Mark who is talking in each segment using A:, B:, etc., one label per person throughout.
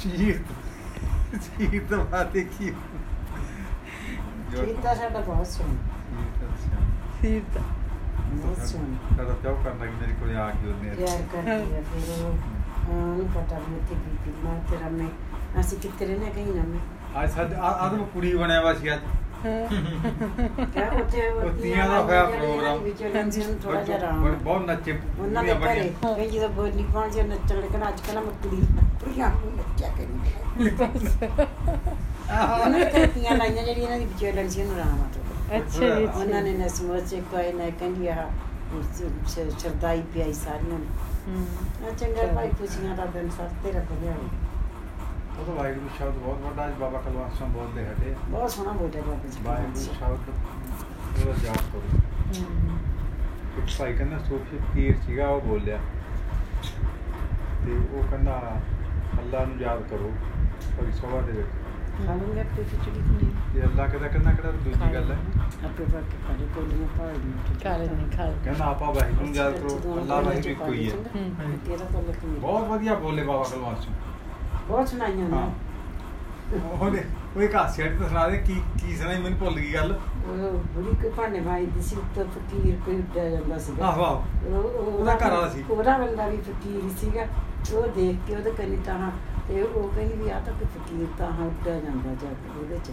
A: ਸ਼ਹੀਦ ਸ਼ਹੀਦ ਦਾ ਬਾਤੇ ਕੀ
B: ਸ਼ੀਤਾ ਸਾਡਾ ਬਹੁਤ ਸੋਹਣਾ
C: ਸੀਰ ਤਾਂ
B: ਬਹੁਤ ਸੋਹਣਾ
A: ਸਾਡਾ ਪਿਓ ਕਰਨਾ ਕਿ ਮੇਰੇ ਕੋਲ ਆ ਕੇ ਉਹਨੇ
B: ਪਿਆਰ ਕਰਦੀ ਆ ਫਿਰ ਉਹ ਉਹਨੂੰ ਪਤਾ ਵੀ ਇੱਥੇ ਬੀਬੀ ਮਾਂ ਤੇਰਾ ਮੈਂ ਅਸੀਂ ਕਿੱਥੇ ਰਹਿਣਾ ਕਹੀਂ ਨਾ ਮੈਂ
A: ਅੱਜ ਸਾਡੇ ਆਦਮ ਕੁੜੀ ਬਣਿਆ ਵਾ ਸੀ ਅੱਜ
C: ਹਾਂ
B: ਕਿਆ ਉੱਥੇ
A: ਉਹ ਤੀਆਂ ਦਾ ਹੋਇਆ ਪ੍ਰੋਗਰਾਮ।
B: ਹਾਂਜੀ ਥੋੜਾ ਜਿਹਾ ਆਰਾਮ
A: ਬੜੇ- ਬਹੁਤ ਨੱਚੇ
B: ਉਹਨਾਂ ਦੇ
A: ਕੁੜੀਆਂ ਬੜੀਆਂ।
B: ਘਰੇ ਕਈ ਜਦੋਂ ਬੋਲੀ ਪਾਉਣ ਜੇ ਨੱਚਣ ਲੱਗਣਾ ਅੱਜ ਕੱਲ੍ਹ ਮੈਂ ਕੁੜੀ ਕੁੜੀਆਂ ਨੂੰ ਨੱਚਿਆ ਕਰੀ ਉਹਨਾਂ ਨੇ ਤੀਆਂ ਲਾਈਆਂ ਜਿਹੜੀਆਂ ਇਹਨਾਂ ਦੀ ਵਿਚੋਲਣ ਸੀ ਉਹਨੂੰ ਆਰਾਮ ਆ ਥੋੜ੍ਹਾ।
C: ਅੱਛਾ ਜੀ
B: ਉਹਨਾਂ ਨੇ ਨਸਮੋਚੇ ਕੋਈ ਨਾ ਕਹਿੰਦੀ ਆ ਸ਼ਰਦਾਈ ਪਿਆਈ ਸਾਰੀਆਂ ਨੂੰ ਆ ਚੰਗਾ ਭਾਈ ਖੁਸ਼ੀਆਂ ਦਾ ਦਿਨ ਸਭ ਤੇ ਰੱਬ ਦੇ
A: ਉਹ ਤਾਂ ਵਾਹਿਗੁਰੂ ਸ਼ਬਦ ਬਹੁਤ ਵੱਡਾ ਅੱਜ ਬਾਬਾ ਕਲਵਾਸ ਸਿੰਘ ਬੋਲਦੇ ਹਟੇ
B: ਬਹੁਤ ਸੋਹਣਾ ਬੋਲਿਆ ਬਾਬਾ ਜੀ
A: ਵਾਹਿਗੁਰੂ ਸ਼ਬਦ ਉਹਦਾ ਜਾਪ ਕਰੋ ਇੱਕ ਭਾਈ ਕਹਿੰਦਾ ਸੂਫੀ ਪੀਰ ਸੀਗਾ ਉਹ ਬੋਲਿਆ ਤੇ ਉਹ ਕਹਿੰਦਾ ਅੱਲਾ ਨੂੰ ਯਾਦ ਕਰੋ ਭਰੀ ਸਭਾ ਦੇ ਵਿੱਚ
B: ਖਾਣੂਗੇ ਆਪੇ ਖਿਚੜੀ ਕਿ ਨਹੀਂ
A: ਤੇ ਅੱਲਾ ਕਹਿੰਦਾ ਕਹਿੰਦਾ ਕਿਹੜਾ ਦੂਜੀ ਗੱਲ ਹੈ
B: ਆਪੇ ਬਾਕੀ ਖਾਣੇ ਕੋਲੀਆਂ ਪਾੜ ਨੂੰ
C: ਕਾਲੇ ਨਹੀਂ ਕਾਲੇ
A: ਕਹਿੰਦਾ ਆਪਾ ਵਾਹਿਗੁਰੂ ਨੂੰ ਯਾਦ ਕਰੋ ਅੱਲਾ ਵਾਹਿਗੁਰੂ ਇੱਕੋ ਹੀ ਹੈ
C: ਹੂੰ।
B: ਤੇਰਾ ਤਾਂ ਲੱਕ ਨਹੀਂ
A: ਬਹੁਤ ਵਧੀਆ ਬੋਲੇ ਬਾਬਾ ਕਲਵਾਸ ਸਿੰਘ
B: ਬਹੁਤ ਸੁਣਾਈਆਂ ਨੇ
A: ਹਾਂ ਉਹਨੇ ਉਹ ਇੱਕ ਹਾਸੇ ਵਾਲੀ ਤਾਂ ਸੁਣਾ ਦੇ ਕੀ ਕੀ ਸੁਣਾਈ ਮੈਨੂੰ ਭੁੱਲ ਗਈ ਗੱਲ
B: ਉਹ ਬੁਰੀ ਕੋ ਭਾਣੇ ਭਾਈ ਦੀ ਸੀ ਤਾਂ ਫਕੀਰ ਕੋਈ ਉੱਡਿਆ ਜਾਂਦਾ ਸੀਗਾ
A: ਆਹੋ ਆਹੋ
B: ਉਹ- ਉਹ-
A: ਉਹਦਾ ਘਰ ਵਾਲਾ ਸੀ।
B: ਉਹਦਾ ਬੰਦਾ ਵੀ ਫਕੀਰ ਹੀ ਸੀਗਾ ਉਹ ਦੇਖ ਕੇ ਉਹਦੇ ਕਰੀ ਤਾਂ ਤੇ ਉਹ ਕਹਿੰਦੀ ਵੀ ਆ ਤਾਂ ਕੋਈ ਫਕੀਰ ਤਾਂ ਹਾਂ ਉੱਡਿਆ ਜਾਂਦਾ ਜਾ ਕੇ ਉਹਦੇ ਚ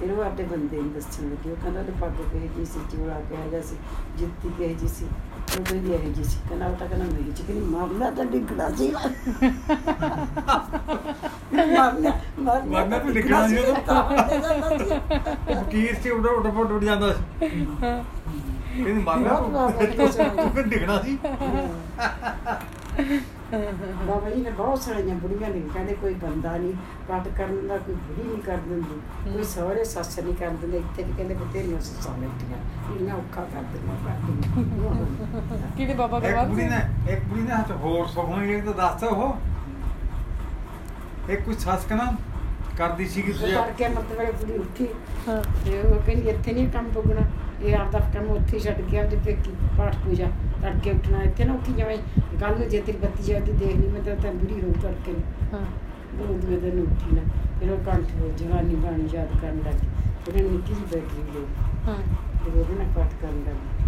B: ਫਿਰ ਉਹ ਆਪਣੇ ਬੰਦੇ ਨੂੰ ਦੱਸਣ ਲੱਗੇ ਉਹ ਕਹਿੰਦਾ ਤੇ ਪੱਗ ਕਿਹੋ ਜੀ ਸੀ ਚੂੜਾ ਕਿਹੋ ਜਿਹਾ ਸੀ ਜੁੱਤੀ ਕਿਹੋ ਜੀ ਸੀ ਉਹ ਕਹਿੰਦੀ ਇਹ ਜੀ ਸੀ ਕਹਿੰਦਾ ਉਹ ਤਾਂ ਕਹਿੰਦਾ ਮੇਰੀ ਚ ਕਹਿੰਦੀ ਮਾਮਲਾ ਤਾਂ ਡਿੱਗਣਾ ਸੀ ਮਾਮਲਾ
A: ਮਰਨਾ ਤਾਂ ਡਿੱਗਣਾ ਸੀ ਉਹਦਾ।
B: ਤਾਂ ਉੱਡਿਆ ਜਾਂਦਾ ਸੀ।
A: ਉਹ ਫਕੀਰ ਸੀ ਉੱਡ ਉੱਡ ਉੱਡ ਉੱਡ ਜਾਂਦਾ ਸੀ ਕਹਿੰਦੀ ਮਾਰਨਾ ਤੂੰ ਕਿ ਡਿਗਣਾ ਸੀ
B: ਬਾਬਾ ਜੀ ਨੇ ਬਹੁਤ ਸਾਰੀਆਂ ਬੁੜੀਆਂ ਨੇ ਕਹਿੰਦੇ ਕੋਈ ਬੰਦਾ ਨਹੀਂ ਪਾਠ ਕਰਨ ਦਾ ਕੋਈ ਬੁੜੀ ਨਹੀਂ ਕਰ ਦਿੰਦੀ ਕੋਈ ਸਹੁਰੇ ਸੱਸ ਨਹੀਂ ਕਰ ਦਿੰਦੇ ਇੱਥੇ ਵੀ ਕਹਿੰਦੇ ਬਥੇਰੀਆਂ ਸੱਸਾਂ ਬੈਠੀਆਂ ਇੰਨਾ ਔਖਾ ਕਰ ਦਿੰਦਾ ਪਾਠ
C: ਕਿਹਦੇ ਬਾਬਾ
A: ਇੱਕ
C: ਕਰਵਾ
A: ਬੁੜੀ ਨੇ ਇੱਕ ਬੁੜੀ ਨੇ ਹੱਥ ਹੋਰ ਸੋਹਣੀ ਇੱਕ ਤਾਂ ਦੱਸ ਉਹ ਇੱਕ ਕੁਛ ਸੱਸ ਕਨਾ ਕਰਦੀ ਸੀ ਕਿ
B: ਕਰ ਕੇ ਮਤਲਬ ਇਹ ਬੁੜੀ ਉੱਠੀ
C: ਹਾਂ
B: ਤੇ ਉਹ ਕਹਿੰਦੀ ਇੱਥੇ ਨਹੀਂ ਕੰਮ ਪੁੱਗਣਾ ਇਹ ਆਪਦਾ ਕੰਮ ਉੱਥੇ ਹੀ ਛੱਡ ਕੇ ਆਪਦੇ ਪੇਕੀ ਪਾਠ ਪੂਜਾ ਤੜਕੇ ਉੱਠਣਾ ਇੱਥੇ ਨਾ ਉੱਠੀ ਜਾਵੇਂ ਕੱਲ ਨੂੰ ਜੇ ਤੇਰੀ ਬੱਤੀ ਜਾਂਦੀ ਦੇਖ ਲਈ ਮੈਂ ਤਾਂ ਤਾਂ ਬੁਰੀ ਹੋ ਤੜਕੇ ਨੂੰ
C: ਹਾਂ
B: ਦੋ ਦੂਏ ਦਿਨ ਉੱਠੀ ਨਾ ਫਿਰ ਉਹ ਕੰਠ ਹੋ ਜਵਾਨੀ ਬਾਣੀ ਯਾਦ ਕਰਨ ਲੱਗੀ ਫਿਰ ਉਹਨੇ ਨਿੱਕੀ ਜਿਹੀ ਬੈਟਰੀ ਲਈ
C: ਹਾਂ
B: ਫਿਰ ਉਹਦੇ ਨਾਲ ਪਾਠ ਕਰਨ ਲੱਗੀ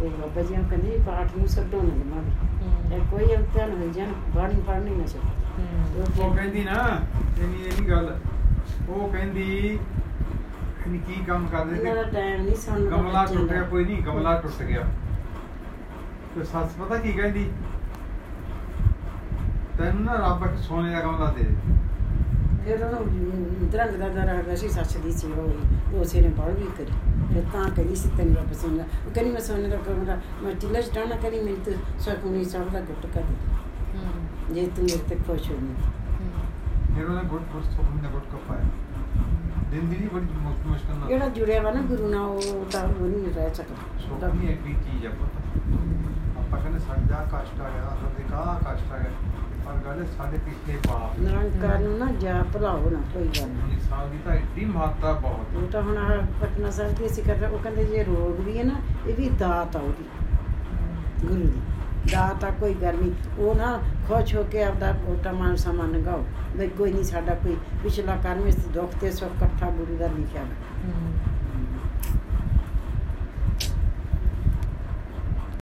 B: ਤੇ ਬਾਬਾ ਜੀ ਨੂੰ ਕਹਿੰਦੇ ਵੀ ਪਾਠ ਨੂੰ ਸੱਡੋ ਨਾ ਜਮਾ
C: ਹੂੰ।
B: ਇਹ ਕੋਈ ਅੰਤਨ ਹੋ ਜਾਣ ਬਾਣੀ ਪੜ੍ਹਨੀ ਨਾ ਛੱਡ
C: ਹੂੰ।
A: ਉਹ ਕਹਿੰਦੀ ਨਾ ਇਹਨੀ ਇਹਨੀ ਗੱਲ ਉਹ ਕਹਿੰਦੀ ਇਹਨੀ ਕੀ ਕੰਮ ਕਰਦੇ
B: ਇਹਨਾਂ ਦਾ
A: ਸੀ
B: ਟਾਈਮ ਨਹੀਂ ਸੁਣਨ ਦਾ
A: ਗਮਲਾ
B: ਬੱਚੇ
A: ਟੁੱਟ ਗਿਆ
B: ਦਾ।
A: ਕੋਈ ਨਹੀਂ ਗਮਲਾ ਟੁੱਟ ਗਿਆ ਤੇ ਸੱਸ ਪਤਾ ਕੀ ਕਹਿੰਦੀ ਤੈਨੂੰ ਨਾ ਰੱਬ ਇੱਕ ਸੋਨੇ ਦਾ ਗਮਲਾ ਦੇ ਦੇ
B: ਫਿਰ ਉਹਨੂੰ ਦਰੰਗ ਦਾ ਦਰ ਆ ਗਿਆ ਸੀ ਸੱਚ ਦੀ ਸੇਵਾ ਹੋਈ ਉਸੇ ਨੇ ਪੜ੍ਹ ਵੀ ਕਰੀ ਫਿਰ ਤਾਂ ਕਹਿੰਦੀ ਸੀ ਤੈਨੂੰ ਰੱਬ ਸੁਣਦਾ ਉਹ ਕਹਿੰਦੀ ਮੈਂ ਸੋਨੇ ਦਾ ਕਮਰਾ ਮੈਂ ਚਿੱਲਾ ਚਟਾਣਾ ਕਰੀ ਮੈਨੂੰ ਤੇ ਸਕੂਨੀ ਸਾਹਿਬ ਦਾ ਗੁੱਟ ਕਰ ਦਿੱਤਾ
C: ਹੂੰ।
B: ਜੇ ਤੂੰ ਮੇਰੇ ਤੇ ਖੁਸ਼ ਹੋਣੀ
C: ਹੂੰ।
A: ਫਿਰ ਉਹਨੇ ਗੁੱਟ ਗੁੱਟ ਸੋਨੇ ਦਾ ਗੁੱਟ ਕਪਾਇਆ ਦਿਨ ਦੀ ਨਹੀਂ ਬੜੀ ਮੁਸ਼ਕ- ਮੁਸ਼ਕਲ ਨਾਲ
B: ਜਿਹੜਾ ਜੁੜਿਆ ਵਾ ਨਾ ਗੁਰੂ ਨਾਲ ਉਹ ਤਾਂ ਉਹ ਨਹੀਂ ਰਹਿ ਸਕਦਾ ਉਹਦਾ
A: ਸੋਹਣੀ ਇੱਕ ਵੀ ਚੀਜ਼ ਆ ਪੁੱਤ ਆਪਾਂ ਕਹਿੰਦੇ ਸਾਡਾ ਕਸ਼ਟ ਆ ਗਿਆ ਸਾਡੇ ਕਾ ਕਸ਼ਟ ਆ ਗਿਆ ਪਰ ਗੱਲ ਹੈ ਸਾਡੇ ਪਿਛਲੇ ਪਾਪ
B: ਨਿਰੰਕਾਰ ਨੂੰ ਨਾ ਜਾ ਭੁਲਾਓ ਨਾ ਕੋਈ ਗੱਲ ਨਹੀਂ
A: ਇਨਸਾਨ ਦੀ ਤਾਂ ਇੱਡੀ ਮਹੱਤਤਾ ਬਹੁਤ ਹੈ।
B: ਉਹ ਤਾਂ ਹੁਣ ਆਹ ਪਟਨਾ ਸਾਹਿਬ ਦੀ ਅਸੀਂ ਕਰ ਰਹੇ ਉਹ ਕਹਿੰਦੇ ਜੇ ਰੋਗ ਵੀ ਹੈ ਨਾ ਇਹ ਵੀ ਦਾਤ ਆ ਉਹਦੀ ਗੁਰੂ ਦੀ ਦਾਤ ਆ ਕੋਈ ਗੱਲ ਨਹੀਂ ਉਹ ਨਾ ਖੁਸ਼ ਹੋ ਕੇ ਆਪਦਾ ਉਹਦਾ ਮਾਨ ਸਮਾਨ ਲਗਾਓ ਵੀ ਕੋਈ ਨਹੀਂ ਸਾਡਾ ਕੋਈ ਪਿਛਲਾ ਕਰਮ ਇਸ ਦੁੱਖ ਤੇ ਸੁੱਖ ਇਕੱਠਾ ਗੁਰੂ ਦਾ ਲਿਖਿਆ ਵਾ।